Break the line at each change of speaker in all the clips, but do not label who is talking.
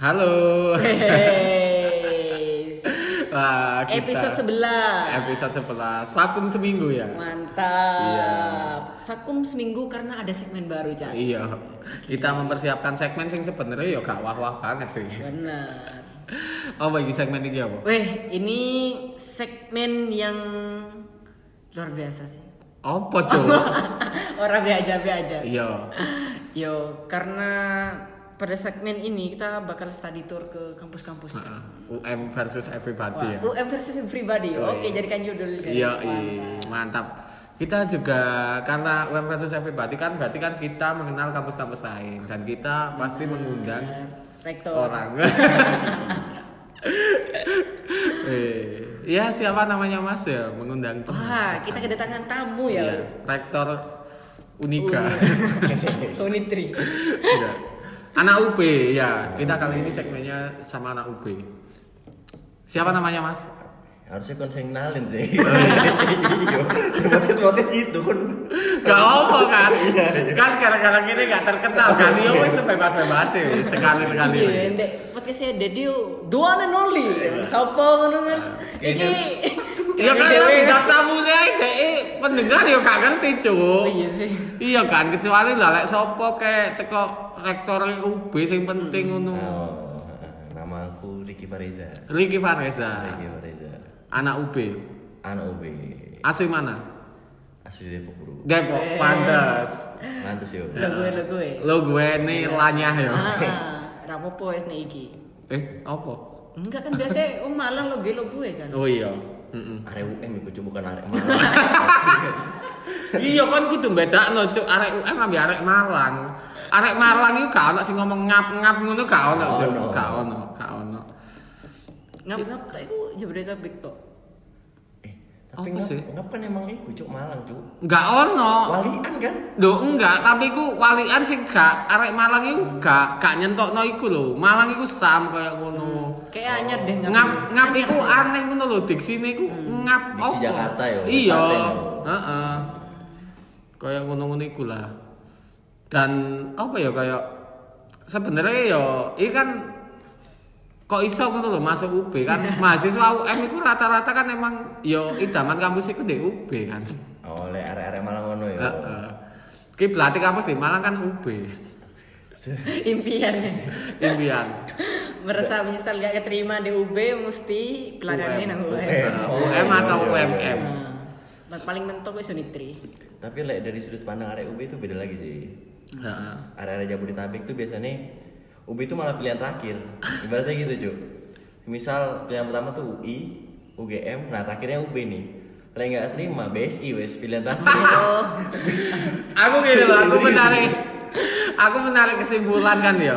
Halo.
Yes.
Wah, Ah, kita-
Episode 11.
Episode 11. Vakum seminggu ya.
Mantap. Vakum seminggu karena ada segmen baru, Cak.
Iya. Kita mempersiapkan segmen sing sebenarnya ya gak wah-wah banget sih.
Benar.
Oh, bagi segmen ini apa?
Weh, ini segmen yang luar biasa sih.
Apa, Cuk?
Orang biasa aja.
Iya.
Yo, karena pada segmen ini kita bakal study tour ke kampus-kampus. Cak.
Heeh. UM versus everybody ya.
UM versus everybody.
Oh,
Oke,
yes.
jadikan judul. Cak.
Iya,
Mantap.
i- mantap. Kita juga karena UM versus everybody kan berarti kan kita mengenal kampus-kampus lain dan kita pasti mengundang
Rektor.
orang. eh, ya siapa namanya Mas ya mengundang
Wah, kita kedatangan tamu ya.
ya, rektor Unika.
Unit 3.
Iya. anak UB ya. Kita kali ini segmennya sama anak UB. Siapa namanya Mas?
harusnya kon sing nalin sih iya motis motis itu kon
Gak apa kan?
Iya,
kan gara-gara ini gak terkenal kan? Yo wis bebas-bebas sih sekali-kali.
Iya, ndek podcastnya Dedi the one and only. Sopo ngono kan?
Ah,
Iki
Ya
iya.
kan yang bintang tamunya ini pendengar ya gak ngerti
Oh
cuk.
iya sih.
Iya kan kecuali lah lek sapa kek teko rektor UB sing penting ngono.
oh, nama aku Ricky Pareza
Ricky Fareza,
Ricky Pareza
anak UB.
anak UB
Asli mana?
asli Depok Bro
Depok,
Eh.
pantes.
mantus yo
Lo gue lo gue.
Lo gue nih lanyah ya.
Ah, ra apa-apa wis nek iki.
Eh, apa?
Enggak kan biasa om malang lo gue lo gue kan.
Oh iya. Mm-mm.
Arek UM iku cuma bukan arek Malang
Iya kan kudu bedakno cuk arek UM ambil arek Malang. Arek Malang itu gak ono sing ngomong ngap-ngap ngono gak ono cuk.
Ono.
Gak ono, gak ono.
Ngap-ngap tak iku Jabodetabek tok.
Eh, tapi
Apa
ngap,
sih?
ngap kan emang iku cuk Malang cuk
Gak ono.
Oh. walian kan
Loh enggak, tapi ku walian sing gak arek Malang iku gak gak nyentokno iku lho. Malang iku sam kaya ngono.
Kayak anyar deh ngap.
Ngap ngap iku aneh ngono lho, diksine iku ngap
Hmm.
apa?
Diksi Jakarta ya,
Iya.
paten ya.
Heeh. Kaya ngono-ngono iku lah. Dan apa ya kaya sebenarnya ya iki kan kok iso ngono lho masuk UB kan mahasiswa UM iku rata-rata kan emang ya idaman kampus e iku di UB kan.
oleh Oh, arek-arek Malang ngono ya
Heeh. Ki berarti kampus di Malang kan UB.
Impiannya
Impian.
merasa menyesal gak keterima di UB mesti pelariannya nang
UM.
UM.
Oh, UM atau
iya, iya,
UMM.
Nah, Paling mentok wis Unit 3.
tapi lek dari sudut pandang arek UB itu beda lagi sih
Heeh.
area-area Jabodetabek tuh biasanya UB itu malah pilihan terakhir ibaratnya gitu cuy misal pilihan pertama tuh UI UGM nah terakhirnya UB nih kalau nggak terima BSI wes pilihan terakhir
Oh. Aku gini loh, aku menarik Aku menarik kesimpulan kan yo.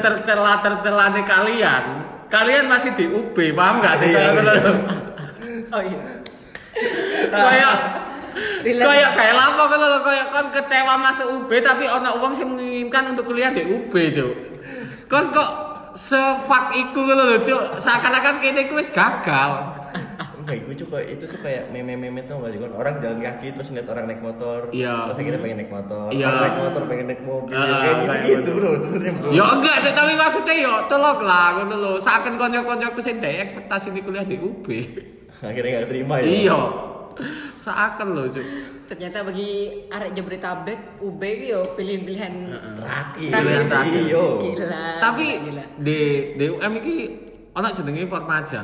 Setercela-tercela kalian, kalian masih di UB, paham gak sih?
Iya,
Kayak
iya.
gitu.
Oh iya.
Kayak
Relate.
kayak kayak lapo kalau lo kayak kon kecewa masuk UB tapi ono uang sing menginginkan untuk kuliah di UB, Cuk. Kon kok sefak iku lho, Cuk. Seakan-akan kene ku wis gagal.
enggak gue cuy kayak- itu tuh kayak meme-meme tuh nggak sih kan orang jalan kaki terus ngeliat orang naik motor
Iya.
terus akhirnya pengen naik motor
Iya.
orang naik motor pengen naik mobil
Ah,
kayak gitu
kayak
gitu
gitu.
bro sebenarnya bro
Ya enggak, Dek, tapi maksudnya yo tolong lah ngono lho. Saken kanca-kancaku sing ndek ekspektasi di kuliah di UB.
akhirnya nggak terima ya
Iya. Saken lho, Cuk.
Ternyata bagi arek Jabodetabek UB ki yo pilihan-pilihan
terakhir
Pilihan terakhir.
iya
gila.
Tapi
Ah, gila.
di DUM iki ana jenenge Formaja,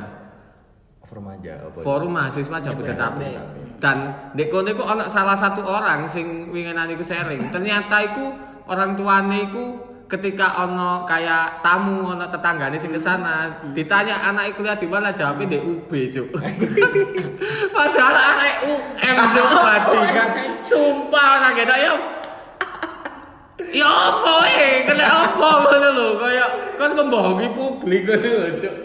forum aja apa
Forum Mahasiswa Jabodetabek.
Jabodetabek.
Dan di kono iku ana salah satu orang sing winginan iku sharing. Ternyata iku orang tuane iku ketika ono kayak tamu ono tetanggane sing kesana ditanya anak kuliah di mana jawabnya di UB cuk padahal anak UM cuk bajingan sumpah anak kita ya ya apa eh kena apa ngono lho kaya kan membohongi publik ngono lho cuk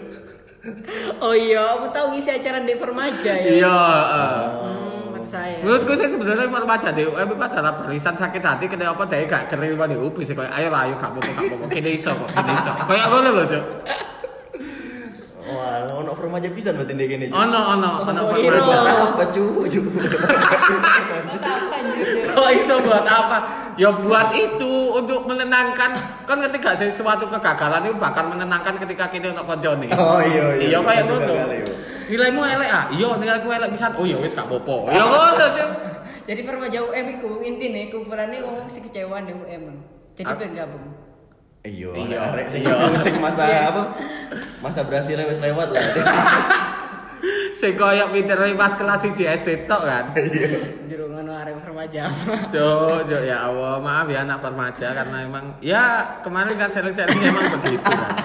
Oh iya, aku tahu ngisi acara di Formaja ya.
iya eh.
Hmm, menurut saya.
Menurutku sih sebenarnya informasi di UM itu adalah barisan sakit hati kenapa dia gak kering di UB sih kayak ayo lah ayo gak apa-apa gak apa-apa kini iso kok kini iso kayak ngono lho Cuk
wah ono forum aja bisa berarti dia gini Cuk.
ono ono ono
Oh,
Buat
informasi
hero.
apa cuy cuy
Apa anjir?
kok iso buat apa ya buat itu untuk menenangkan kan ngerti gak sih suatu kegagalan itu bakal menenangkan ketika kita untuk konjone
Oh, iya, iya.
iya kayak
Itu
ngono
gagal, iya.
nilaimu elek ah iya nilaiku elek pisan oh ya wis gak apa-apa ya ngono Cuk.
Jadi permaja UM iku intine kumpulannya wong sing kecewaan di UM. Jadi
Ap-
ben gabung.
Iya,
Iya.
arek sing
Iya.
sing masa apa? Masa berhasilnya wis lewat lah.
sing koyo pinter pas kelas 1 SD tok kan
Jero ngono arek permaja.
Cuk, cuk ya Allah, maaf ya anak farmaja karena emang ya kemarin kan sering-sering emang begitu. Kan.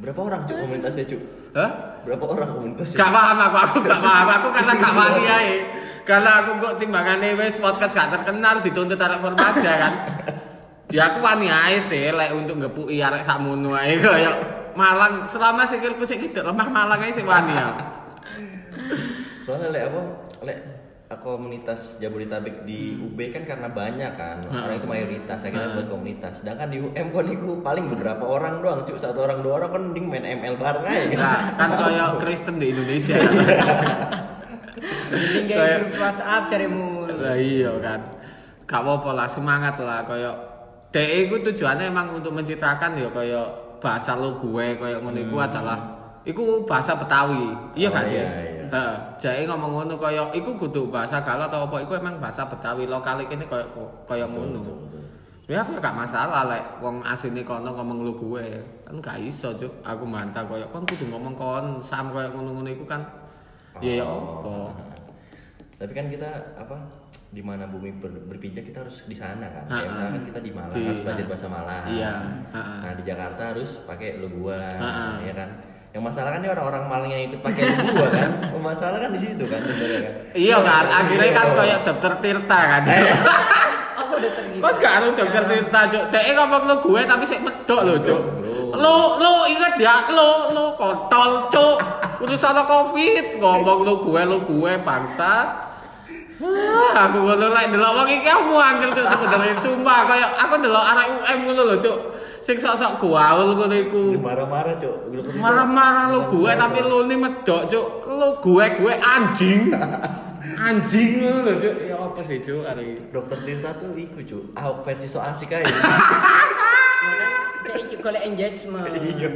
Berapa orang cuk komunitasnya cuk?
Hah?
Berapa orang komunitasnya?
Gak paham aku, aku gak paham. Aku karena gak wani ae. Karena aku kok timbangannya wis podcast gak terkenal dituntut arek farmaja kan. Ya aku wani ae sih lek untuk ngepuki arek sakmono ae koyo Malang selama sikilku sik gitu lemah Malang ae sik wani aku.
Soalnya lek apa? Lek komunitas Jabodetabek di UB kan karena banyak kan
Hmm.
orang itu mayoritas akhirnya buat komunitas sedangkan di UM kan itu paling beberapa orang doang cuk satu orang dua orang kan mending main ML bareng aja gitu.
Nah, kan koyo Kristen di Indonesia.
Mending
Kayak-
gawe grup WhatsApp carimu.
Lah iya kan. Gak apa-apa lah, semangat lah kaya DE iku tujuannya emang untuk mencitrakan ya kaya bahasa lo gue kaya ngono iku adalah iku bahasa Betawi. Iya
Hmm. Oh,
gak sih?
iya, iya.
Heeh. Jae ngomong ngono kaya iku kudu bahasa Galau atau apa iku emang bahasa Betawi lokal kene kaya kaya ngono. Ya aku gak masalah lek wong asline kono ngomong lu gue. Kan gak iso, Cuk. Aku mantap kaya kon kudu ngomong kon sam kaya ngono-ngono iku kan. Ya ya
Oh.
apa.
Tapi kan kita apa di mana bumi ber- berpijak kita harus di sana kan.
Ha,
Kayak
ha.
misalkan kita di Malang
Ah, Di-
harus belajar bahasa Malang.
Iya, Ah, ha, ha.
Nah, di Jakarta harus pakai lu gua lah,
Ha, ha.
ya kan. Yang masalah kan ini orang-orang Malang yang ikut pakai lu gua kan. Oh, Masalah kan di situ kan sebenarnya kan. Oh,
Iya kan, akhirnya kan kayak dokter Tirta kan.
Aku udah tergila.
Kan gak ada dokter Tirta, Cuk. Dek ngomong lu gue tapi sik medok lho, Cuk.
Bro.
Lu lu inget ya, lu lu kontol, Cuk. Udah sana Covid, ngomong lu gue lu gue bangsa. Hah, aku ngono lek delok wong iki aku angel Cuk sebenarnya sumpah kayak aku delok anak UM ngono lho, Cuk. Sing sok-sok gaul ngono iku.
Marah-marah, Cuk. Gua ketika-
Marah-marah lu gue
Bangsa,
tapi
Cuk.
lu ini medok cuk. Lu gue gue anjing. Anjing lu lho cuk. Ya apa sih cuk hari ini?
Dokter Tirta tuh iku, Cuk. Ahok versi so asik aja.
Makanya kayak iki golek engagement.
Iya.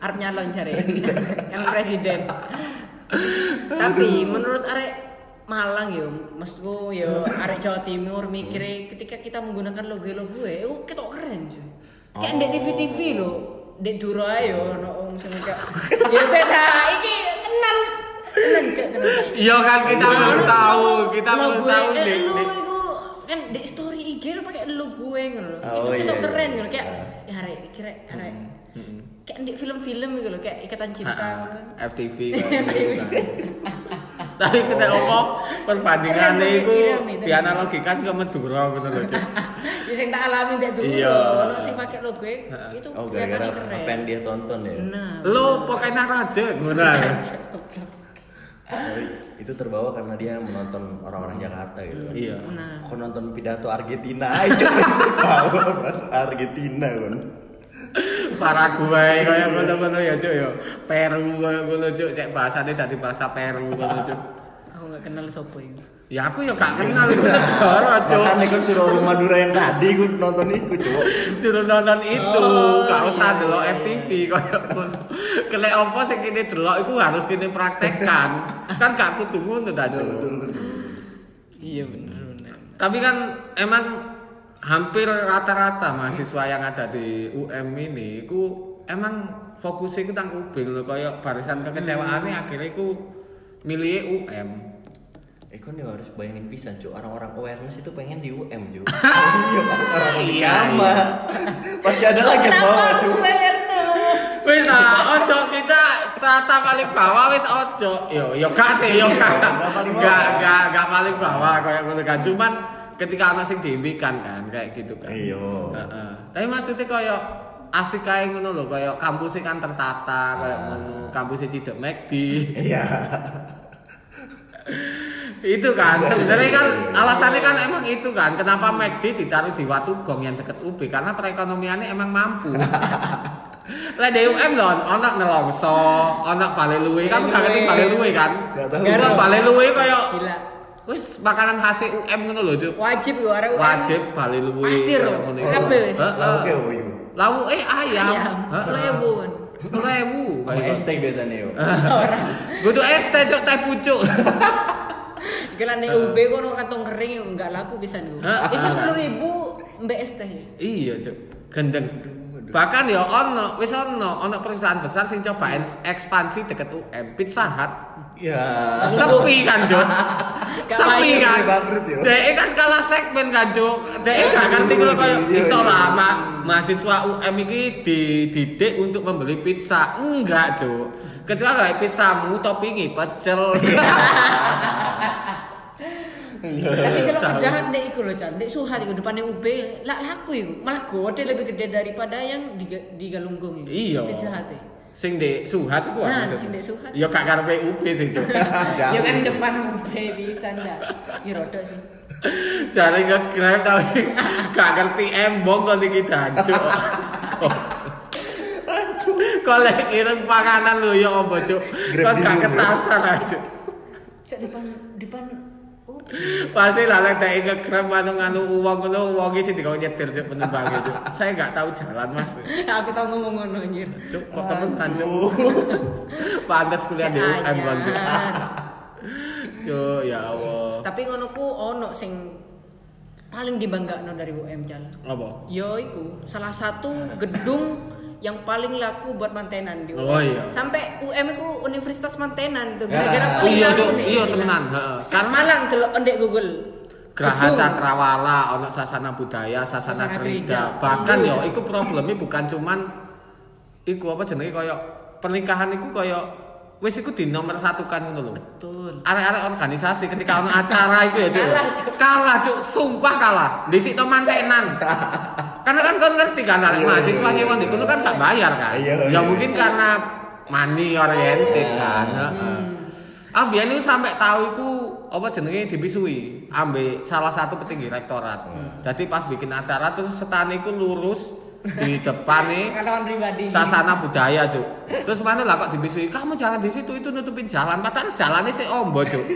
Arep nyalon cari yang presiden. Tapi menurut arek Malang yo, maksudku yo arek Jawa Timur mikirnya ketika kita menggunakan logo logo gue, oh kita keren cuy. Kayak di TV TV lo, di Duro ayo, no om semuanya. Ya saya dah, ini tenan, tenan cok tenan. Cuk.
Iya kan kita
Nah,
belum
terus
tahu,
lu-
kita
lu
belum
gue,
tahu
eh,
Dek,
lu
Dek.
itu kan di story IG lu pakai lu gue ngono lho. itu
Oh,
kita
iya,
keren
iya.
ngono kayak ya arek kira arek kayak di film-film gitu loh kayak ikatan cinta gitu
Ha-ha,
ngono.
FTV. Tapi kita ngomong perbandingannya
Keren,
itu
keren, keren.
dianalogikan ke Madura gitu loh cuk.
Ya sing tak alami ndek dulu.
Iya.
Ono sing pakai logo itu
Oh,
kelihatannya
gara-gara
keren.
apa yang dia tonton ya.
Nah,
Lu pokoknya raja ngono.
Tapi itu terbawa karena dia menonton orang-orang Jakarta gitu.
Iya.
nah.
Aku nonton pidato Argentina aja terbawa mas Argentina kan.
Paraguay kaya ngono-ngono ya cuk ya. Peru kaya ngono cuk cek bahasane dadi bahasa Peru ngono cuk.
aku nggak kenal sopo itu.
Ya aku ya gak kenal itu negara, Cuk.
Makanya kan suruh Madura yang tadi gue nonton itu cuk.
Suruh nonton itu,
Oh,
gak usah
iya,
delok
iya,
FTV koyo ngono. Kelek apa sing kene delok iku harus kene praktekkan. kan gak kudu ngono ta, Cuk.
Iya bener bener.
Tapi kan emang hampir rata-rata mahasiswa yang ada di UM ini ku emang fokusnya ku tang ubing lho koyo barisan kekecewaannya
Hmm.
akhirnya ku milih UM.
Eh kan ya harus bayangin pisan cuk orang-orang awareness itu pengen di UM cuk.
Iya,
Sama. Pasti ada lagi yang
Kenapa
bawa
harus
cuk.
awareness?
Wis lah, ojo kita strata paling bawah wis ojo. Yo yo gak sih, yo gak.
paling bawah.
Gak gak gak paling bawah kayak ngono kan. Cuman ketika ana sing diimpikan kan kayak gitu kan.
Iya.
Heeh. Tapi maksudnya kayak asik kayak ngono lho, kayak kampusnya kan tertata kayak ngono. Kampusnya Cidek E McD.
Ah. Iya.
itu kan
Iya.
sebenarnya kan alasannya kan emang itu kan kenapa McD ditaruh di Watu Gong yang deket UB karena perekonomiannya emang mampu lah di UM don ono nelongso ono bale luwe kan gak ngerti bale luwe kan
Gak tahu.
kan bale luwe koyo
Gila.
wis makanan khas UM ngono lho, Cuk.
Wajib yo arek UM.
wajib bali luwi.
Pasti, Ro. Kabeh wis.
Oke, oh iya.
Lawuke eh, ayam.
Ayam, Oh,
Heeh.
10.000 kan.
10.000.
Sama ST biasanya yo.
Ah.
Ora.
Kudu es teh cuk teh pucuk.
Iku lah nek UB kono kantong kering yo enggak laku bisa niku.
Heeh.
Iku 10.000 mbek es teh.
Iya, Cuk. Gendeng. Bahkan ya ono, wis ono, ono perusahaan besar sing coba ens- ekspansi deket UM Pizza Hut.
Ya.
Sepi kan, Cuk.
Gak
Sepi
layu,
kan.
bangkrut, yo.
Dek kan kalah segmen kan, Cuk. Dek gak ngerti kalau koyo
Iya,
iso
iya.
lah ma- mahasiswa UM iki dididik untuk membeli pizza. Enggak, Cuk. Kecuali kayak pizzamu toppingi pecel.
Tapi kalau
Sama.
penjahat nek iku lho, Chan. Nek suhat iku depane UB lak laku iku. Malah gode lebih gede daripada yang di, di Galunggung iku.
Iya.
Penjahat ya.
Sing di Suhat iku
Nah,
maksud.
sing ndek Suhat.
Ya gak karepe UB sih, Cuk.
Ya kan depan UB bisa enggak? Ya rodok sih.
Jare nge-grab tapi gak ngerti embong kok iki dancuk. Kolek ireng panganan lho ya apa, Cuk.
Grab
Kon gak
bingung, Bro.
kesasar aja.
Cak depan depan UB.
Pasti lah lek dek nge-grab anu-anu uang ngono uang iki sing dikon nyetir Cuk penumpangnya, Cuk. Saya gak tahu jalan, Mas.
Aku tau ngomong ngono anjir.
Cuk, kok temenan, Cuk. Pantes kuliah di UM kon, Cuk.
Seajan.
Cuk, ya Allah.
Tapi ngono ku ono sing paling dibanggakno dari UM Chan.
Apa?
Yo iku salah satu gedung yang paling laku buat mantenan di UM.
Oh, iya.
Sampai UM iku Universitas Mantenan tuh
Ya.
gara-gara
Iya,
kuliah
Cuk.
ini,
Iya,
gila.
temenan, heeh.
Sak malang delok ndek Google.
Geraha
Gedung.
Cakrawala, ono sasana budaya, sasana,
Sasana
kerida.
Krida.
Bahkan
Iya.
yo, iku problemnya bukan cuman iku apa jenenge koyo pernikahan iku koyo wis iku di nomor satu kan ngono lho.
Betul.
Arek-arek organisasi ketika ono acara iku ya Cuk.
Kalah, Cuk.
Kalah Cuk, sumpah kalah. Dhisik to mantenan. Karena kan kon ngerti kan arek
Iya,
mahasiswa
iya, iya.
nyewon di kono kan gak bayar kan.
Iya,
Ya
iya.
mungkin karena money oriented kan. heeh. Ah biyen itu sampai tahu iku apa jenenge dibisui ambe salah satu petinggi rektorat.
Hmm.
Jadi pas bikin acara terus setane iku lurus di e, depane
Pengalaman pribadi.
sasana budaya, Cuk. Terus mana lah kok dibisui, "Kamu jangan di situ, itu nutupin jalan." Padahal jalannya sih ombo, Cuk.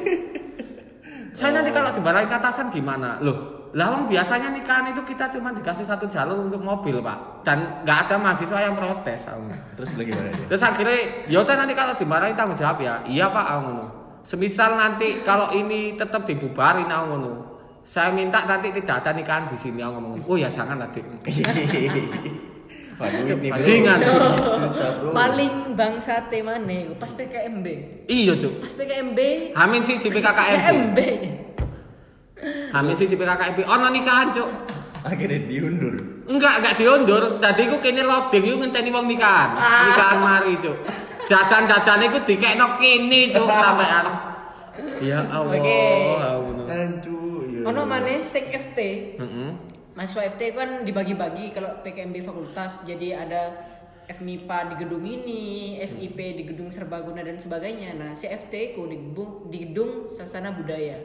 Saya nanti kalau dibarain ke atasan gimana? Loh, lawang biasanya nikahan itu kita cuma dikasih satu jalur untuk mobil, Pak. Dan nggak ada mahasiswa yang protes. Om.
Terus lu gimana dia?
Terus akhirnya, yaudah nanti kalau dimarahin tanggung jawab ya. Iya pak, aku ngono. Semisal nanti kalau ini tetap dibubarin, aku ngono. Saya minta nanti tidak ada nikahan di sini, aku ngomong. Oh ya jangan nanti.
Wah, duit nih, Bro.
Bajingan.
Susah, Bro.
Paling bangsa temane iku pas PKMB.
Iya cuk.
Pas PKMB
Hamin sih JPKKMB.
PKMB.
Hamin sih JPKKMB. Ono nikahan cuk.
Akhirnya diundur.
Enggak, enggak diundur. Tadi ku kene loading iku ngenteni wong nikahan.
Ah.
Nikahan mari, Cuk. Jajan-jajane iku dikekno kene, Cuk, sampean. Ya Allah.
Oke.
Allah.
Aduh, iya.
Ono maneh sing FT.
Heeh.
Mahasiswa FT kan dibagi-bagi kalau PKMB fakultas jadi ada FMIPA di gedung ini, FIP di gedung serbaguna dan sebagainya. Nah, CFT ku di gedung, di gedung sasana budaya.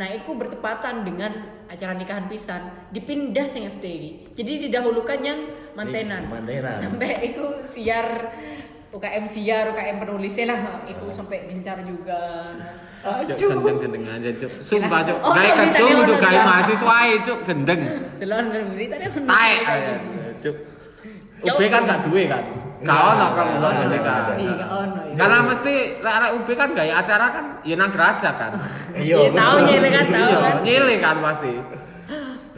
Nah, itu bertepatan dengan acara nikahan pisan dipindah sing FT iki. Jadi didahulukan yang mantenan.
Ih, mantenan.
Sampai itu siar UKM siar, UKM penulisnya lah, itu
Hmm.
sampai gencar juga.
Cuk, gendeng-gendeng aja, Cuk. Sumpah, Cuk.
Oh,
Gawe
tadi
kecung
tadi
kudu
ono,
gawe
ya.
mahasiswa, e, Cuk, gendeng.
Telon dan berita ada penulis.
Tae. Cuk. UB kan gak duwe kan. Gak ono kamu
Nggak
lo
ono,
nikahan.
nggak
Iya, ono. iya.
Karena mesti lek arek UB kan gaya acara kan ya nang geraja kan.
Iya, tahu nyele kan tahu kan.
Iya, nyile kan pasti.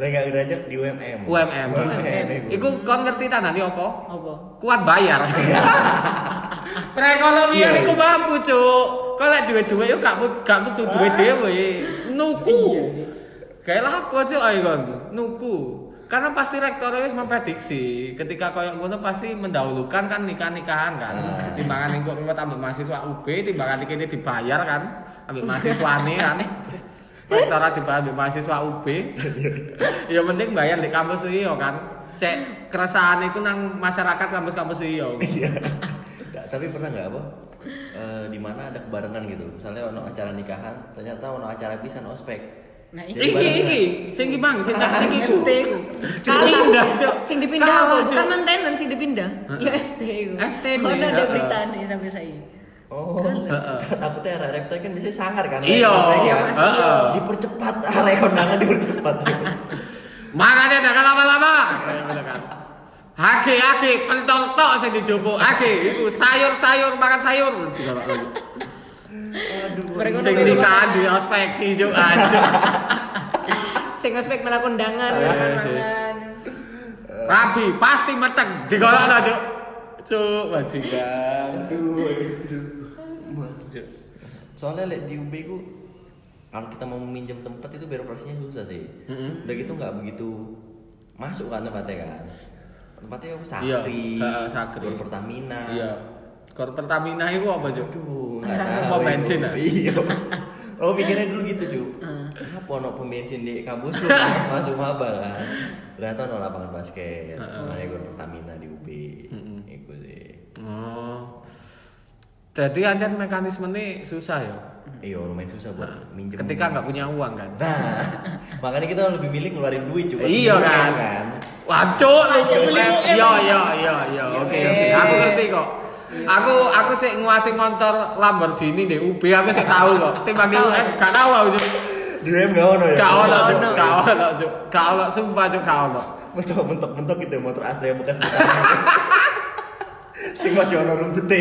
Lah nggak gerajak di UMM.
UMM.
UMM. Iku
Iku kon ngerti tandane apa?
Apa?
kuat bayar. Perekonomian
Iya.
Nah, iku mampu, Cuk. Kok lek duwe-duwe yo gak mu- gak kudu duwe
Ah.
dhewe. Nuku.
Iya,
Kayak lapo, Cuk, ayo kon. Nuku. Karena pasti rektor wis memprediksi ketika koyo ngono pasti mendahulukan kan nikah-nikahan kan.
Ah.
Timbangan lingkup rumah tambah mahasiswa UB, timbangan iki ini dibayar kan ambil mahasiswane kan. Rektorat dibayar ambil mahasiswa UB. ya penting bayar di kampus iyo kan. Cek keresahan iku nang masyarakat kampus-kampus iyo.
iya. Nggak, Tapi pernah nggak apa? Eh, di mana ada kebarengan gitu. Misalnya ono acara nikahan, ternyata ono acara pisan ospek.
Nah,
Jadi
Iki
barengan.
iki sing iki Bang, sing tas iki
FT ku.
Nah, Kali pindah, Cuk.
Sing dipindah
Kalah,
apa?
Cuk.
Bukan maintenance sing dipindah. Ya FT ku.
FT,
Ono
nih,
ada
heeh.
beritane sampai saya.
Oh, takutnya arah rektor kan biasanya sangar kan?
Iya.
Rektor kan?
Heeh.
Dipercepat, arah kondangan dipercepat.
Makanya jangan lama-lama. Gitu kan. Hake hake pentol tok sing dijopo. Hake iku sayur-sayur makan sayur.
Mereka
Sing
nang-
nikahan di Ah, ospek ijo aja.
Sing ospek malah kondangan
Yes,
makan
yes.
mangan.
Rabi pasti meteng digolokno, Cuk. Cuk, bajingan. Cuk.
Soalnya lek di UB ku kalau kita mau meminjam tempat itu birokrasinya susah sih. Udah gitu nggak begitu masuk kan tempatnya kan. Tempatnya aku sakri,
Iya. Heeh, Sakri.
Gor Pertamina.
Iya. Kor Pertamina iku apa, Cuk?
Aduh, nggak
Mau
tahu
bensin,
itu.
ah?
Iya. Oh pikirnya dulu gitu cu Apa ono pom bensin di kampus lu masuk maba kan Ternyata ono lapangan basket Makanya gue Pertamina di UB Itu sih
Oh. Jadi ancen mekanisme ini susah ya.
Iya lumayan susah buat minjem
Ketika nggak punya uang kan.
Nah makanya kita lebih milih ngeluarin duit cu buat
Iya kan.
minjem
Iya,
uang,
Wacuk lah
Wacuk,
jelek. Yo
jelek.
yo yo yo. iya, Oke oke. Aku ngerti kok. Aku aku sih nguasai motor Lamborghini di UB aku sih tahu kok. Timbang di UN gak tahu aku. Cuk.
Duit nggak ono ya
Gak ono iya. Cuk.
Ono.
Gak ono Cuk. Gak ono sumpah Cuk gak ono.
Mentok-mentok gitu ya, motor asli yang bekas bekas Sing masih ono rumputnya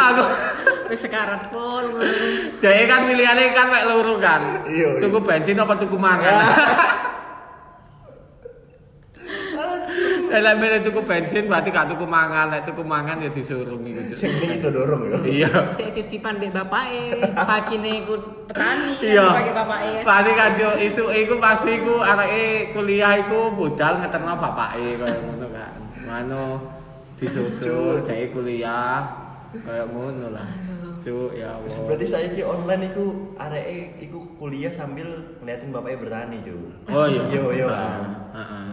Aku
Wis sekarat pol ngono.
Dek kan pilihannya kan mek luru kan.
Iya, iya.
Tuku bensin apa tuku mangan? Lah lek milih tuku bensin berarti gak tuku mangan, lek tuku mangan ya disurung iku Cuk.
Sing penting iso dorong ya
Iya.
Sik sip-sipan mbek bapake, pagine ikut petani,
Iya.
pagi bapake.
Pasti kan Cuk, isu iku pasti iku anake kuliah iku budal ngeterno bapake kaya ngono kan. Mano disusur dhewe kuliah kaya ngono lah. Cuk, ya
Terus
Allah.
berarti saya ki online iku areke iku kuliah sambil ngeliatin bapaknya bertani, Ju.
Oh iya.
Yo yo.
Heeh. Heeh.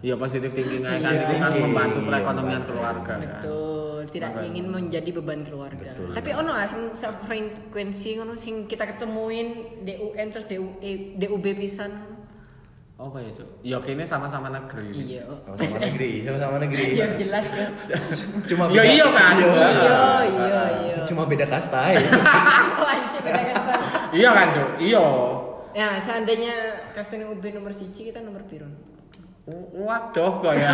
Iya positif thinking aja kan
Iya,
itu kan
thinking.
membantu perekonomian
Iya,
keluarga kan.
Betul, tidak ingin menjadi beban keluarga.
Betul.
Tapi ono lah sing frekuensi ngono sing kita ketemuin DUM terus E, DUE, DUB pisan.
Apa ya, Cuk? Ya kene sama-sama negeri.
Iya.
Sama-sama negeri, sama-sama negeri.
Iya jelas ya.
Cuma
Iya, iya kan?
Iya.
Iya,
Oh iya iya.
Cuma beda kasta ya.
Oh, anjing kita kastan.
Iya kan, Cuk? Iya.
Nah, seandainya kastan UB nomor siji kita nomor biru.
W- Waduh kok ya.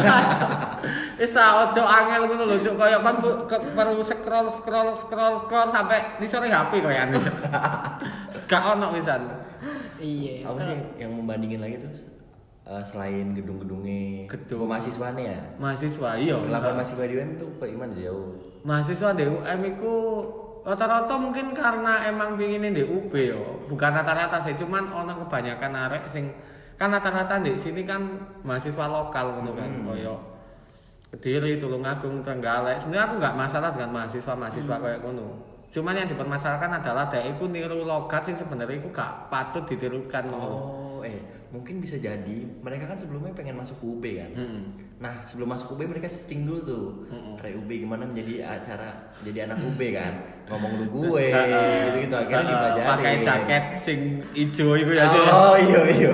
Wis tak ojo angel ngono lho, Cuk. Kayak kon bu- ke- perlu scroll scroll scroll scroll sampai di sore HP kok ya wis. Gak ono wisan.
Iya.
Apa sih yang membandingin lagi tuh? Eh, selain gedung-gedungnya,
Gedung.
mahasiswanya ya.
Mahasiswa iya.
Kelapan mahasiswa di UM tuh kok iman jauh.
mahasiswa di UM iku rata-rata mungkin karena emang pinginin di UB yo bukan rata-rata sih cuman ono kebanyakan arek sing kan rata-rata di sini kan mahasiswa lokal gitu kan koyo Kediri, Tulungagung, Trenggalek. Sebenarnya aku nggak masalah dengan mahasiswa-mahasiswa kayak ngono. Cuman yang dipermasalahkan adalah dia iku niru logat sing sebenarnya iku gak patut ditirukan ngono.
Oh, eh mungkin bisa jadi mereka kan sebelumnya pengen masuk UB kan. Nah, sebelum masuk UB mereka searching dulu tuh. Kayak UB gimana menjadi acara jadi anak UB kan. Ngomong lu gue gitu-gitu akhirnya
Eh,
dipelajari.
pakai jaket sing ijo iku ya. Cuk.
Oh, iya iya.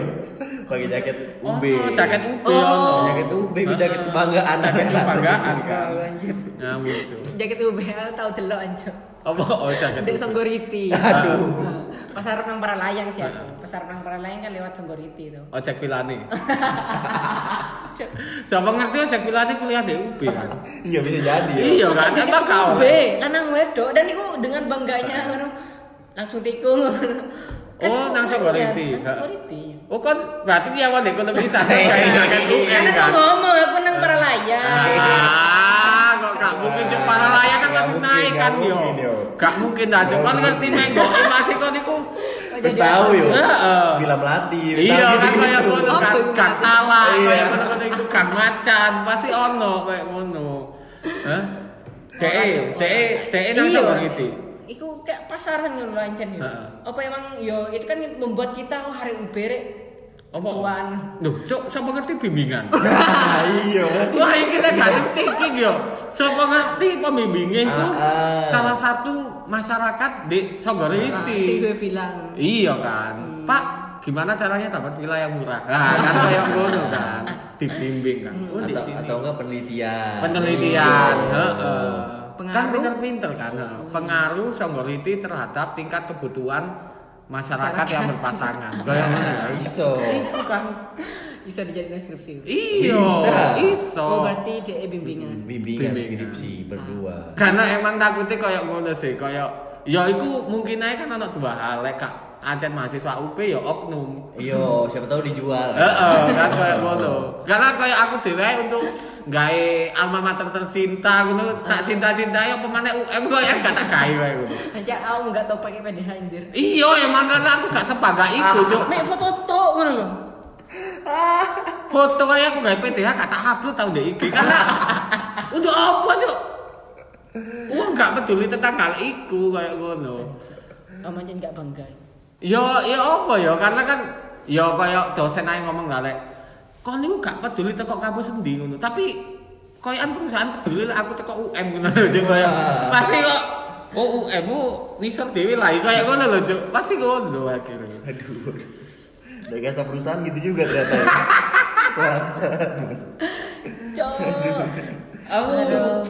Pakai jaket UB.
Ono, jaket UB
Oh.
ono.
Jaket UB, gue jaket kebanggaan.
Jaket kebanggaan kan.
Oh, anjir.
Ngawur Cuk.
Jaket UB aku tahu delok anjir.
Apa oh jaket?
Dek Songgoriti.
Aduh.
Pasar Renang para layang sih aku. Pasar Renang para layang kan lewat Songgoriti itu.
Ojek Pilani. Siapa ngerti ojek Pilani kuliah di UB kan?
Iya bisa jadi ya.
Iya kan? Coba kau.
B, lanang wedok dan iku dengan bangganya ngono. Langsung tikung. ngono. Kan Iya,
Oh, nang Songgoriti.
Nang Songgoriti.
Oh kan berarti dia awal ekonomi sana kayak jaket UM
Kan aku
kan?
ngomong aku nang para layang.
Ah, kok gak mungkin cuk para layang kan
Gak
langsung
mungkin,
naik kan
gak
yo.
mungkin, yo.
Gak mungkin dah cuk kan ngerti nengok eh, masih kok niku.
Terus tahu yo.
ya? Heeh.
Film latih. gitu.
Iya kan kayak ngono
Oh,
kan
belum
gak
masuk.
salah
Iya.
kayak ngono itu gak macan pasti ono kayak ngono. Hah? Dek, dek, dek nang
Iya.
sama gitu.
Iku kayak pasaran ngono lho, anjen yo.
Heeh.
Apa emang yo itu kan membuat kita oh hari ubere
Apa?
tuan.
Duh, cok, siapa ngerti bimbingan?
Nah, iya.
Wah, ini kan satu thinking yo. Siapa ngerti pembimbingnya itu
Ah, ah.
salah satu masyarakat di
Ah, Sing
Sogoriti.
duwe bilang.
Iya kan. Pak, gimana caranya dapat villa yang murah? Nah, kan kayak ngono kan. Dibimbing kan. Oh, di
Atau, Iya.
sini.
atau enggak penelitian.
penelitian. Heeh. kan
pengaruh
pinter-pinter kan eh, pengaruh seniority terhadap tingkat kebutuhan masyarakat yang berpasangan Kayak ngono ya.
iso
Iku kan
bisa dijadiin skripsi.
iyo
Bisa.
iso
Oh, berarti DE bimbingan.
bimbingan
Bimbingan.
skripsi berdua
karena emang takutnya kayak ngono sih kayak ya iku mungkin aja kan anak dua hal lek kak ancen mahasiswa UP ya oknum
iyo Iya, siapa tahu dijual
Heeh, kan kayak ngono. Karena kayak aku dhewe untuk gawe alma mater tercinta ngono, sak cinta-cintae apa meneh UM kok yang gak tak gawe wae ngono.
Aja aku nggak tau pakai PDH anjir.
Iya, emang karena aku gak sepaga iku, Cuk.
Mek foto tok ngono lho.
Foto kayak aku gawe PDH gak tak upload tau ndek IG karena untuk apa, Cuk? Uang gak peduli tentang hal iku kayak ngono.
Om aja nggak bangga.
Yo, yo apa yo? Karena kan yo kaya dosen aja ngomong gak lek. Kok niku gak peduli teko kampus endi ngono. Tapi koyokan perusahaan peduli lah aku teko UM ngono lho Cuk, kaya. Pasti kok Oh UM ku ngisor dhewe lah kaya ngono lho Cuk. Pasti ngono lho akhirnya.
aduh dari kasta perusahaan gitu juga ternyata ya Bangsat, Mas.
Cok.
Aku
Aduh.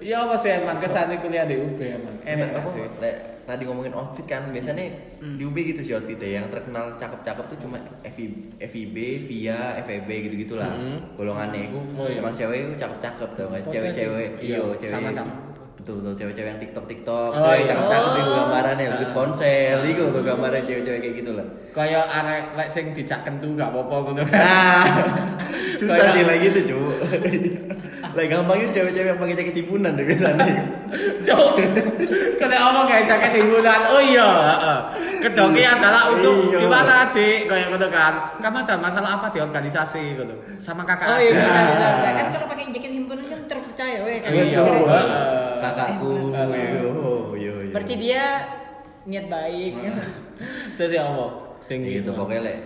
Iya apa sih emang kesane kuliah di UB emang enak
Nek,
gak
Iya, apa,
sih. Hmm.
Nek, tadi ngomongin outfit kan biasanya di UB gitu sih outfitnya yang terkenal cakep-cakep tuh cuma FIB, FIB, VIA, FEB gitu gitulah golongannya itu
Hmm. Oh, iya.
emang cewek itu cakep-cakep tau nggak
Foto
cewek-cewek
sih.
iyo
Iya,
cewek
sama-sama.
betul betul cewek-cewek yang TikTok TikTok
Oh, Ah. Hmm. iya.
cakep-cakep itu
Oh.
gambarannya ikut ponsel itu tuh gambarnya cewek-cewek kayak gitu lah
Kaya arek lek sing dijak kentu gak apa-apa ngono kan.
nah susah
Kayak-
sih lagi tuh cu lah gampangnya cewek-cewek yang pakai jaket timbunan tuh biasanya
Cuk, kena apa kayak jaket timbunan? Oh iya, heeh. Kedoki adalah untuk
Iya.
gimana adik, kayak gitu kan. Kamu ada masalah apa di organisasi gitu? Sama kakak
Oh
aja.
iya, bisa, bisa, bisa. Kan kalau pakai jaket himpunan kan terpercaya weh kayak
Iya.
gitu.
kakakku Oh, iya, yo yo yo
Berarti dia niat baik.
Iya. Terus ya apa? Sing
Ya gitu
gitu.
pokoknya lek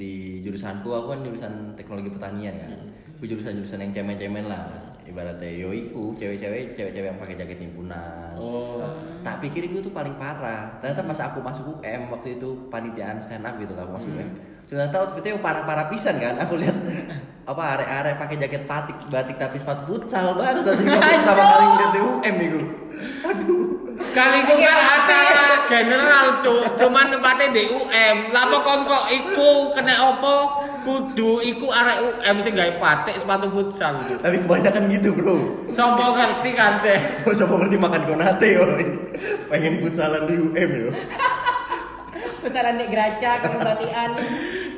di jurusanku aku kan jurusan teknologi pertanian kan aku jurusan-jurusan yang cemen-cemen lah ibaratnya yo iku cewek-cewek cewek-cewek yang pakai jaket himpunan
Oh.
tak pikir itu tuh paling parah ternyata pas aku masuk UM waktu itu panitiaan stand up gitu lah aku masuk UM ternyata outfitnya yang parah-parah pisan kan aku lihat apa arek-arek pakai jaket batik batik tapi sepatu futsal banget satu pertama kali ngeliat di UM itu
Kali ku kan acara general tuh, cuman tempatnya di UM. Lama kon kok iku kena apa? Kudu iku arek UM sing gawe patik sepatu futsal. Cuk.
tapi kebanyakan gitu bro
Sopo ngerti kan teh?
Kok siapa ngerti makan konate yo. Pengen futsalan di UM yo.
Pesanan dek geracak, kebatian.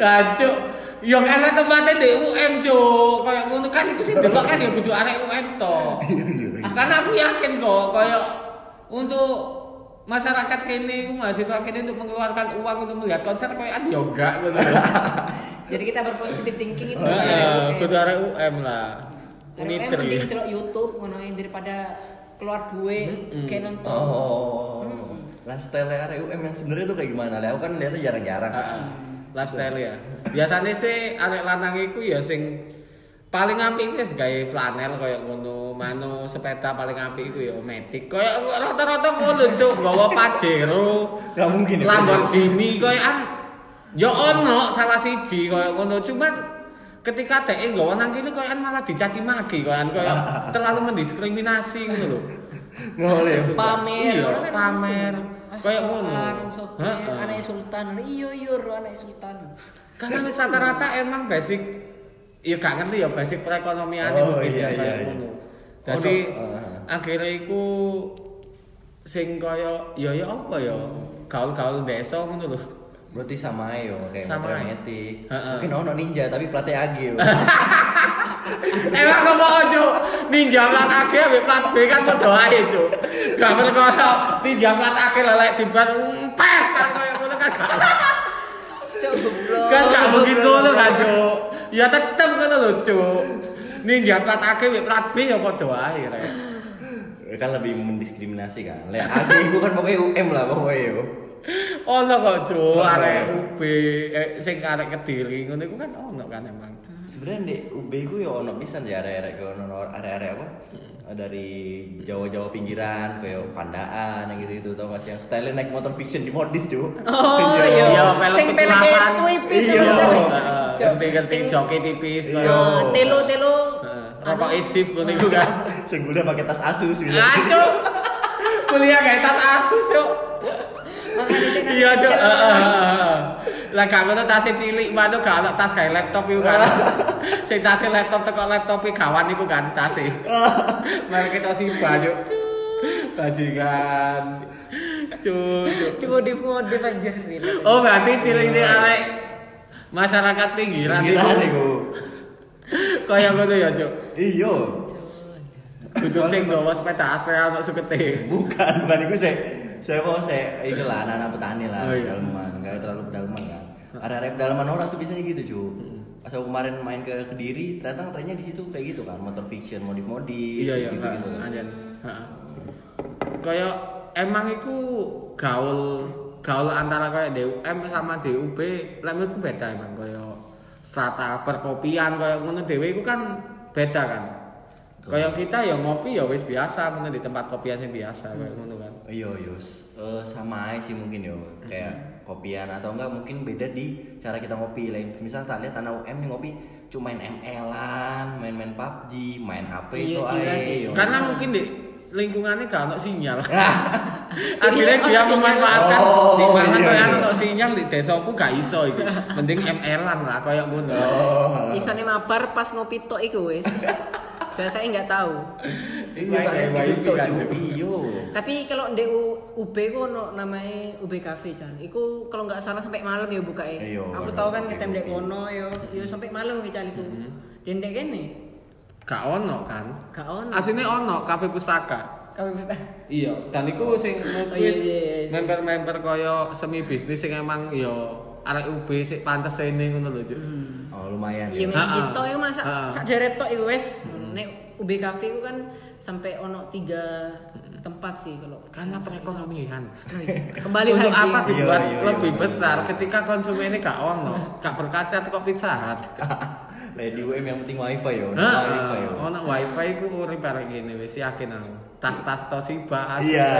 Nah, cuk, yo karena tempatnya di UM, cuk. Kayak ngono kan iku sih delok kan ya butuh arek UM to. Karena aku yakin kok kayak untuk masyarakat kini, mahasiswa kini untuk mengeluarkan uang untuk melihat konser kayak yo enggak gitu.
Jadi kita berpositif thinking itu. Iya,
Heeh,
Oke.
butuh arek UM lah.
Harusnya
Mikir.
mending delok YouTube ngono ya, daripada keluar duit kayak nonton.
Oh. Lah style area UM yang sebenarnya tuh kayak gimana? Lah aku kan lihatnya jarang-jarang.
Heeh, lifestyle ya. Biasanya sih arek lanang iku ya sing paling apik wis gawe flanel kaya ngono, mano sepeda paling apik iku ya matic. Kaya rata-rata ngono cuk, gawa pajero,
Gak mungkin ya.
Lamborghini kaya an ya ono salah siji kaya ngono, cuman ketika dhek nggawa nang kene kaya an malah dicaci maki kaya an kaya terlalu mendiskriminasi ngono lho.
Ngoleh.
pamer
Iya,
orang kan
pamer.
mesti
Kayak
asokan,
ngono.
sokan,
Heeh.
anak sultan iya iya ro anak sultan
Karena wis rata-rata emang basic ya gak ngerti ya basic perekonomian
Oh,
mungkin ya
iya, iya,
kaya
iya.
ngono. Dadi
Oh, no. Ah.
akhirnya iku sing kaya ya ya apa ya gaul-gaul desa ngono lho.
Berarti sama ae yo kayak
Sama
sama
ae.
metik.
Heeh.
Mungkin ono ninja tapi platnya AG yo.
Emang Eh, ngomong ojo ninja plat A G ambek plat B kan padha ae itu. Gak perkara ninja plat A G lelek diban empeh kan kaya ngono kan gak
Oh,
Seblok.
kan gak mungkin ngono kan cuk ya tetep ngono lho cuk ninja plat A G ambek plat B ya padha ae rek
kan lebih mendiskriminasi kan. Lek AG itu kan pokoknya UM lah pokoknya yo.
ono kok cuk arek UB eh, sing arek Kediri ngono iku kan ono kan emang
Sebenarnya di UB ku ya ono pisan ya area-area ke ono area-area apa?
Hmm.
Dari Jawa-Jawa pinggiran kayak Pandaan yang gitu-gitu tau gak sih yang style naik motor fiction di modif, Cuk.
oh
Iya.
iya
Iya,
sing
pelek
pelek
kelasan.
tipis
Iya.
penting kan sing joki tipis
Iya.
kok.
Eh, telo telo
Heeh, rokok isif ngono iku kan
Senggulnya pakai tas Asus gitu.
Aduh, kuliah kayak tas asus yuk
Makanya sih nasi
iya cok Eh,
pecel.
eh, eh, eh. lah gak ngono tasnya cilik mana gak ada tas kayak laptop itu kan si tasnya laptop teko laptop itu kawan itu kan tasnya mereka kita sih baju bajingan cuk cuk.
Itu modif-modif aja relate.
oh berarti cilik ini arek masyarakat pinggiran
Kira
itu
nih ku.
kaya ngono ya cuk
Iyo.
duduk sing gawa sepeda asal untuk sukete
Bukan, bukan iku sih. Saya mau saya itu lah anak-anak petani lah,
Oh, iya.
pedalaman, enggak terlalu pedalaman kan. Ada-ada pedalaman orang tuh biasanya gitu, cu.
Hmm.
Pas aku kemarin main ke Kediri, ternyata trennya di situ kayak gitu kan, motor fiction, modif-modif
iya iya
gitu-gitu.
anjen kaya emang iku gaul gaul antara kaya DUM sama DUB lek menurutku beda emang kaya strata perkopian kaya ngono dhewe iku kan beda kan kaya kita ya ngopi ya wis biasa ngono di tempat kopian sing biasa kaya ngono kan
Iya, iya. Eh, sama aja sih mungkin yo. Kayak kopian atau enggak mungkin beda di cara kita ngopi. Lain misal tak lihat anak UM nih ngopi cuma main ML-an, main-main PUBG, main HP
Iya
itu
sih, iya
aja.
sih.
yo.
karena mungkin di lingkungannya gak ono sinyal
Jadi,
akhirnya
ono
dia
sinyal.
memanfaatkan
Oh,
di mana
iya,
kaya
iya.
ono sinyal di desaku gak iso iki mending ML-an lah kaya ngono
Oh.
Isone mabar pas ngopi tok iku wis. Biasanya nggak tahu.
Iya,
Wifi,
kayak
wifi
gitu,
kan, Ju.
Ju. Iya.
Tapi kalau di U- UB ku ono namanya UB Cafe Jan. Iku kalau nggak salah sampai malam ya buka
Iya,
Aku
ono
tahu kan
kopi,
ngetem dek
kopi.
ngono yo, yo Ya sampai malam iki Jan iku.
Mm-hmm.
Dan dek kene
gak ono kan
gak ono.
aslinya ono kafe pustaka
Kami pesta.
iya dan iku sing
Oh,
menurutku
iya,
wis
iya, iya, iya.
member-member kaya semi bisnis sing emang ya arek UB sik pantes ini ngono lho Cuk.
Oh, lumayan.
Iya
ya.
mesti
Ha-ha.
kita iku masa
Ha-ha. Mm-hmm.
sak deret tok iku wis. Nek UB Cafe ku kan sampai ono tiga
Mm-hmm.
tempat sih kalau
karena perekonomian
kembali
Iya. untuk
lagi.
apa dibuat
Iya, iya,
lebih
iya,
besar
iya.
ketika konsumennya gak ono gak berkaca kok pizza hut
Lah di UM yang penting wifi yo.
Heeh,
Wifi ya. yo.
ono oh, wifi ku urip arek ngene wis yakin aku tas-tas Toshiba Asus
Iya.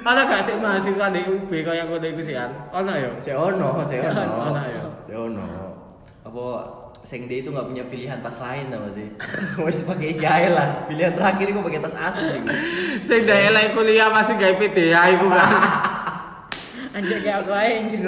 ono gak sih mahasiswa di UB kaya ngono iku sih kan ono ya
Saya ono, saya ono.
Ono, yo.
Saya ono. Apa sing dia itu nggak punya pilihan tas lain tau gak sih? Wes pakai jahil lah. Pilihan terakhir gue pakai tas asus gitu.
sing dhek elek kuliah masih gawe PDH iku kan
Anjir kayak aku aja gitu.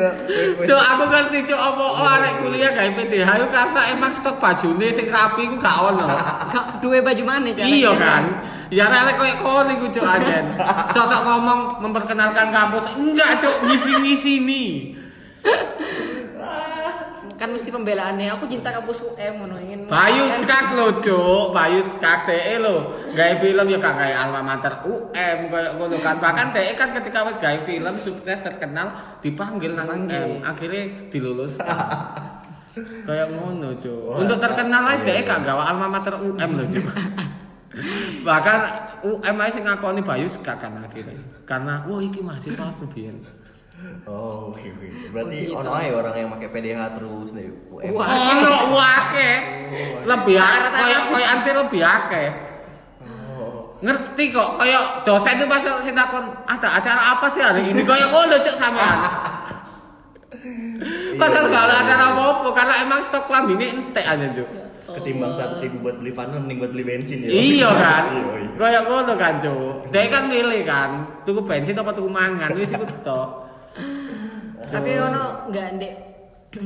Cuk, aku ngerti cuk apa oh arek kuliah gawe PDH yo karena emang stok bajune sing rapi ku gak ono.
Gak duwe baju mana Jan?
iya kan. Ya arek koyo kon iku cuk anjen. Sosok ngomong memperkenalkan kampus. Enggak cuk, ngisi-ngisi nih.
kan mesti pembelaannya aku cinta kampus UM ngono ingin
Bayu
mengatakan-
skak lo cuk, Bayu skak TE lo. Gawe film ya gak gawe alma mater UM koyo ngono kan. Bahkan TE kan ketika wis gawe film sukses terkenal dipanggil nang UM, akhirnya diluluskan. Kayak ngono, Cuk.
Wah,
Untuk terkenal
iya,
aja dhek
iya.
gak gawa alma mater UM loh, Cuk. Bahkan UM aja sing ngakoni Bayu gak kan akhirnya. Karena wah iki mahasiswa aku biyen.
Oh, oke oke. Berarti
Oh, sih,
ono ae orang yang pakai PDH terus nih UM.
Wah.
Ono wake. Lebih akeh, koyo koyoan sih lebih akeh. Ngerti kok, koyo dosen itu pasti sing takon, ada acara apa sih hari ini? Koyo ngono, Cuk, sampean.
Iya,
Padahal
iya,
gak ada
iya.
acara apa-apa karena emang stok lambine entek aja, Cuk.
Ketimbang seratus ribu buat beli panel, mending buat beli bensin ya.
Oh. Iya kan.
Iya, iya.
Kayak ngono kan, Cuk. Dek kan milih kan, tuku bensin apa tuku mangan wis iku tok.
tapi
Eh.
ono nggak ndek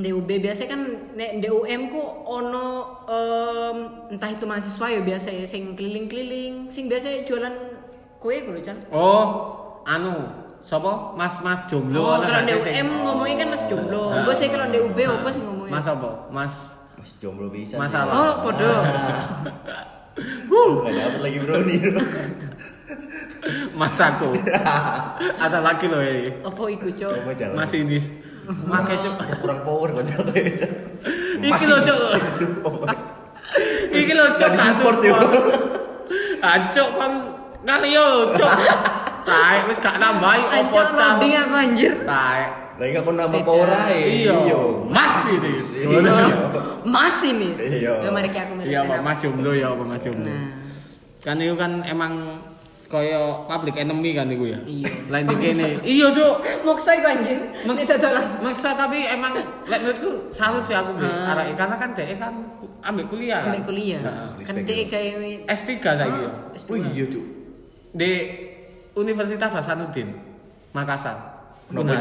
ndek UB biasanya kan nek ndek UM ku ono em, entah itu mahasiswa ya biasa ya sing keliling-keliling sing biasa jualan kue ku lho Chan
Oh, anu, sapa? Mas-mas jomblo ono
Oh, kalau
gak
ndek
sih sing- Ah.
UM ngomongnya kan mas jomblo. Gue sih kalau ndek UB apa sih ngomongnya?
Mas apa? Mas
Mas jomblo bisa. sih.
Masalah.
Oh, podo.
Nggak dapet lagi bro nih.
Mas aku. ada lagi loh ini.
Apa iku, Cok?
Coba jalan.
Mas Inis. Make Cuk.
kurang power kan jalan itu.
Iki loh, Cuk. Iki loh, Cuk.
Nggak
tak
disupport,
support.
yuk.
Ah, Cuk, kon kali yo, Cuk. Tai wis gak nambah opo
Anjir,
Cuk.
loading aku anjir.
Tai.
Lagi aku nambah power aja.
Iya. Mas ini.
Iya.
Mas ini.
Iya.
Ya mari ki aku
Iya, Pak
miris.
Mas Jomblo ya, Pak Mas Jomblo.
Nah.
Kan itu kan emang kaya public enemy kan iku ya.
Iya.
Lain di kene. Iya, Cuk.
Moksa iku anjir. Nek dodolan.
Maksa tapi emang lek menurutku salut sih aku Mbak.
Ah.
Arek karena kan dhek kan ku- ambil kuliah. kan.
Sampai kuliah.
Heeh.
Kan dia kayak
S3 saiki ya.
S2.
Wih, Oh iya, Cuk.
di Universitas Hasanuddin Makassar.
Kenapa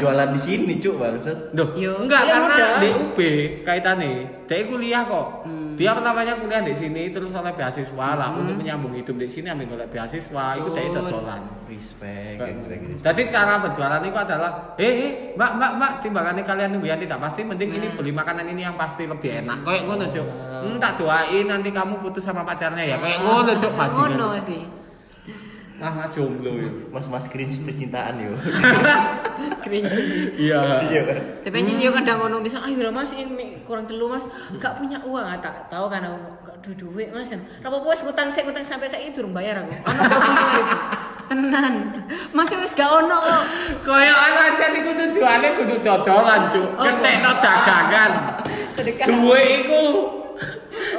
Unas.
jualan di sini, cuk, bangsat?
Duh,
Yo,
enggak
kuliah
karena
modal.
di UB kaitannya. Dia kuliah kok. Dia pertamanya kuliah di sini terus oleh beasiswa lah untuk menyambung hidup di sini ambil oleh beasiswa itu dia dodolan.
Respect, kayak gitu, kayak gitu.
Jadi cara berjualan itu adalah, eh, eh, mbak, mbak, mbak, timbangannya kalian nunggu yang tidak pasti, mending ini
Hmm.
beli makanan ini yang pasti lebih enak. Kayak ngono cuk. Hmm, tak doain nanti kamu putus sama pacarnya ya. Kayak ngono cuk bajingan.
Hmm. Ngono sih.
Nah, mas jomblo ya.
Mas-mas cringe percintaan yo.
Cringe.
Iya.
Iya kan?
Tapi anjing yo kadang ngono bisa, ayo lah Mas ini mi- kurang telu Mas, gak punya uang ah, tak tahu kan aku gak ada duit Mas. Apa apa wis ngutang sik ngutang sampai saiki durung bayar aku. Ono kok ribu. Tenan. Mas wis gak ono kok.
Kayak alasan itu tujuannya kudu dodolan cuk.
Oh.
Ketekno dagangan.
Sedekah.
Duit iku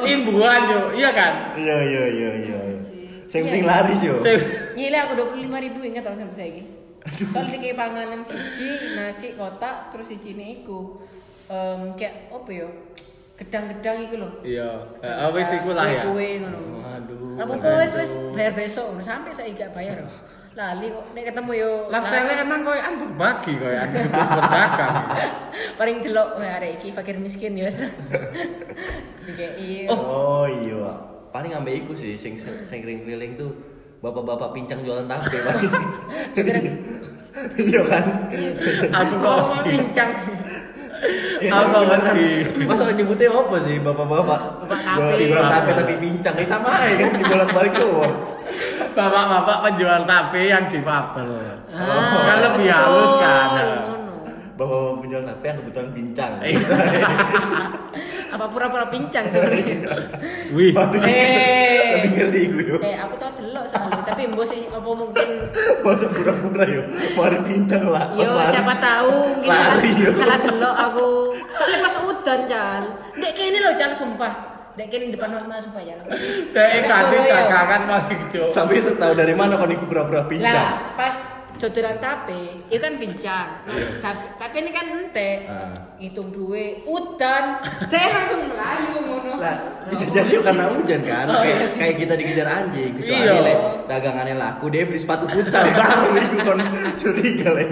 imbuhan cuk. Iya kan?
Iya, iya, iya, iya. iya.
Iya,
Sing penting
iya.
laris yo.
Sing-
Nyile aku 25 ribu ingat tau sampai saiki. Soalnya kayak panganan siji, nasi kotak, terus siji ini iku Em, kayak apa yo? Gedang-gedang iku lho.
Iya. Eh, Wis iku lah ya.
Kue ngono.
Aduh.
Apa kok wis wis bayar besok ngono sampai saya gak bayar kok. Lali kok nek ketemu yo.
Lifestyle emang koyo an berbagi koyo an butuh berdagang.
paling delok wah arek iki fakir miskin ya wis. Dikei. Oh,
Oh iya. Paling ambek iku sih sing sing sing keliling tuh bapak-bapak pincang jualan tape paling.
Terus?
Iya kan?
Aku kok
Kok pincang.
Aku kok ngerti.
Iya, kan? Masa nyebutnya apa sih bapak-bapak?
Bapak tape.
Jualan- Jualan tape tapi pincang. Ya sama aja kan dibolak-balik doang.
Bapak-bapak penjual tape yang difabel.
Ah,
Kan lebih halus
betul,
kan.
ngono.
Bapak-bapak penjual tape yang kebetulan pincang.
Apa pura-pura pincang sebenarnya?
Wih.
Waduh,
Eh.
lebih ngeri gue. yo.
Eh, aku tau delok soalnya, tapi mbok sih apa mungkin
Masa pura-pura yo, mari pincang lah.
Yo
Laris.
siapa tahu mungkin
Oh, Lari, yo.
salah, salah delok aku. Soalnya pas udan Cal. Dek kene lho Cal sumpah. Dek kene depan rumah sumpah ya. Cal.
Teh ganti
Loro, yo.
dagangan paling cuk.
Tapi itu tahu dari mana kan iku pura-pura
Lah,
pincang.
pas jodoran tape, itu kan pincang. Tapi, tapi ini kan ente.
Ah.
Hitung duit, udan. Dek langsung melayu ngono.
Lah, bisa jadi yo karena hujan kan.
Oh, iya
kayak
sih.
kayak kita dikejar anjing,
Iya.
kecuali le dagangannya laku dia beli sepatu futsal baru iku kon curiga le.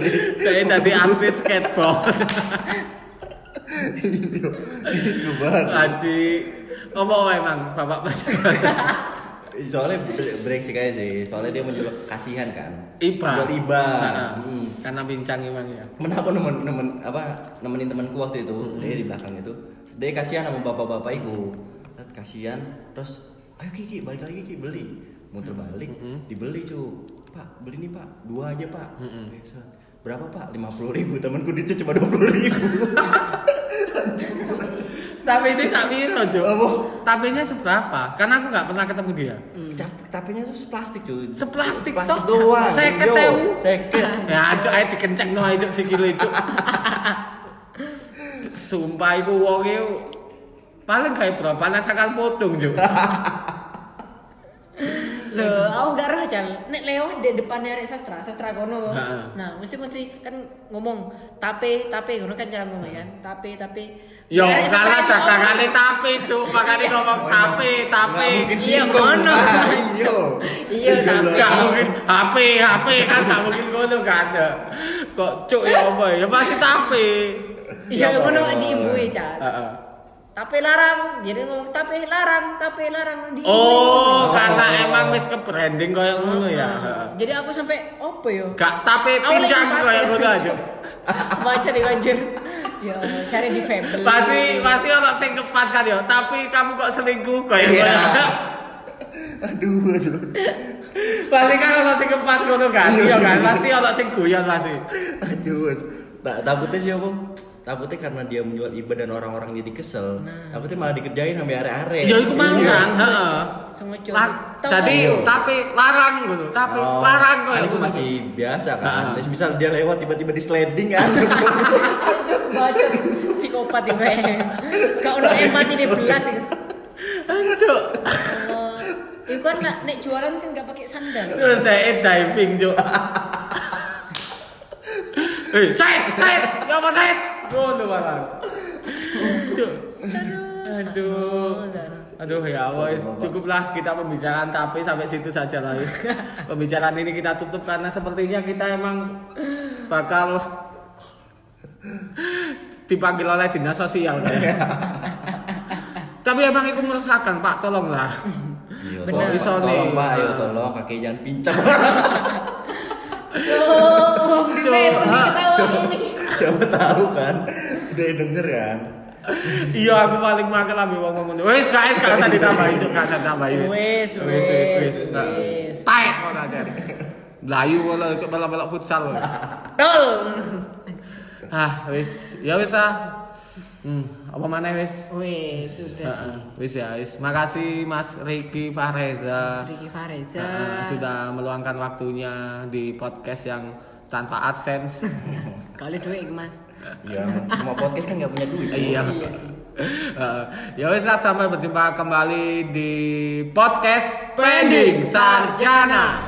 Teh tadi atlet skateboard.
Iyo, Iku Iya, banget.
Aji. Apa wae mang bapak penjual.
Soalnya bre- break sih kayak sih. Soalnya dia menjual kasihan kan.
Iba.
Jual iba.
Nah,
Hmm.
Ah, Karena bincang emang ya.
Temen aku nemen, nemen apa nemenin temanku waktu itu dia di belakang itu dia kasihan sama bapak-bapak itu Lihat, kasihan terus ayo kiki balik lagi kiki beli muter balik dibeli cu pak beli nih pak dua aja pak Oke, set. berapa pak lima puluh ribu temanku itu cuma dua puluh ribu
Tapi ini sak piro, Cuk?
Apa?
Tapenya seberapa? Karena aku nggak pernah ketemu dia.
tapinya tuh seplastik cu
Seplastik
Seplastik
tok,
doang
seket
yo.
ewu.
seket
Ya, cuk ae dikenceng no ae cuk sikile cuk. Cuk, Sumpah iku wong e paling gawe berapa nang sakal potong cuk.
Lho, aku gak roh Cal. Nek lewat di depannya arek sastra, sastra kono.
Heeh.
Nah, mesti mesti kan ngomong tape, tape ngono kan cara ngomong kan. Tape, tape.
Yo
Arek
salah
sastra kan
dagangane tape cuk, makane ngomong tape, tape.
Nggak mungkin
Iya,
singgung,
ngono.
Pak. Iya.
Iya, tapi-
Gak mungkin HP, HP kan gak mungkin ngono gak ada. Kok cuk ya apa ya pasti tape.
Iya,
apa?
ngono diimbui Cal.
Heeh.
Tapi larang, jadi ngomong tapi larang, tapi larang di
Oh, karena emang wis ke branding koyo ngono ya. Heeh.
Jadi aku sampai ya?" opo yo?
Gak tape
Awalnya
pincang
tape.
koyo ngono aja.
Baca nih anjir. Ya, Allah, cari di Fable.
pasti pasti orang sing kepat kan yo tapi kamu kok selingkuh kayak
Iya.
ngono.
aduh aduh
pasti kan orang sing kepat ngono kan
Iya,
iya
iya.
kan pasti orang sing guyon pasti
Aduh, tak takutnya sih apa? Takutnya karena dia menjual iba dan orang-orang jadi kesel. Takutnya malah dikerjain sama are-are.
Nah. ya iku mang
Iya.
kan heeh
Sengaja.
La-
Tahu
tadi
Iya.
tapi larang ngono tapi
Oh,
larang
kan
koyo
itu
ngono
masih biasa kan.
Ah.
Terus misal dia lewat tiba-tiba di sliding kan.
baca psikopat tiba Gak ono empati di belas itu.
Cuk.
Allah. Iku kan nak- nek jualan kan gak pakai sandal.
terus dia diving cuk eh set set ya apa set ngono malah cuk
Aduh.
Aduh.
sakno, sakno.
Aduh ya wis cukuplah kita pembicaraan tapi sampai situ saja lah wis. Pembicaraan ini kita tutup karena sepertinya kita emang bakal dipanggil oleh dinas sosial kayaknya. tapi emang itu meresahkan Pak, tolonglah.
Iya,
Bener.
tolong,
Iso nih.
tolong pak, ayo tolong kaki jangan pincang.
Cuk, di
Cuk, ha.
ketawa ini.
Siapa tahu kan, udah denger kan.
iya aku paling makel ambil wong ngono. Wis guys, gak usah ditambahin, Cuk, gak usah ditambahin.
Wis,
wis, wis, wis.
wis,
Nah,
wis.
Taek kok aja. Layu kalau coba balap-balap futsal. wala.
Tol.
Ah, wis. Ya wis ah. Hmm, apa mana wis?
Wes, sudah Iya sih.
Ah, wis ya, wis. Makasih Mas Riki Fahreza
Riki
ah,
Fareza.
ah, sudah meluangkan waktunya di podcast yang tanpa AdSense. nah.
Kali duit, Mas.
Iya, semua podcast kan nggak punya duit.
iya.
Iya sih.
Ah, ya wis lah, sampai berjumpa kembali di podcast Pending Sarjana.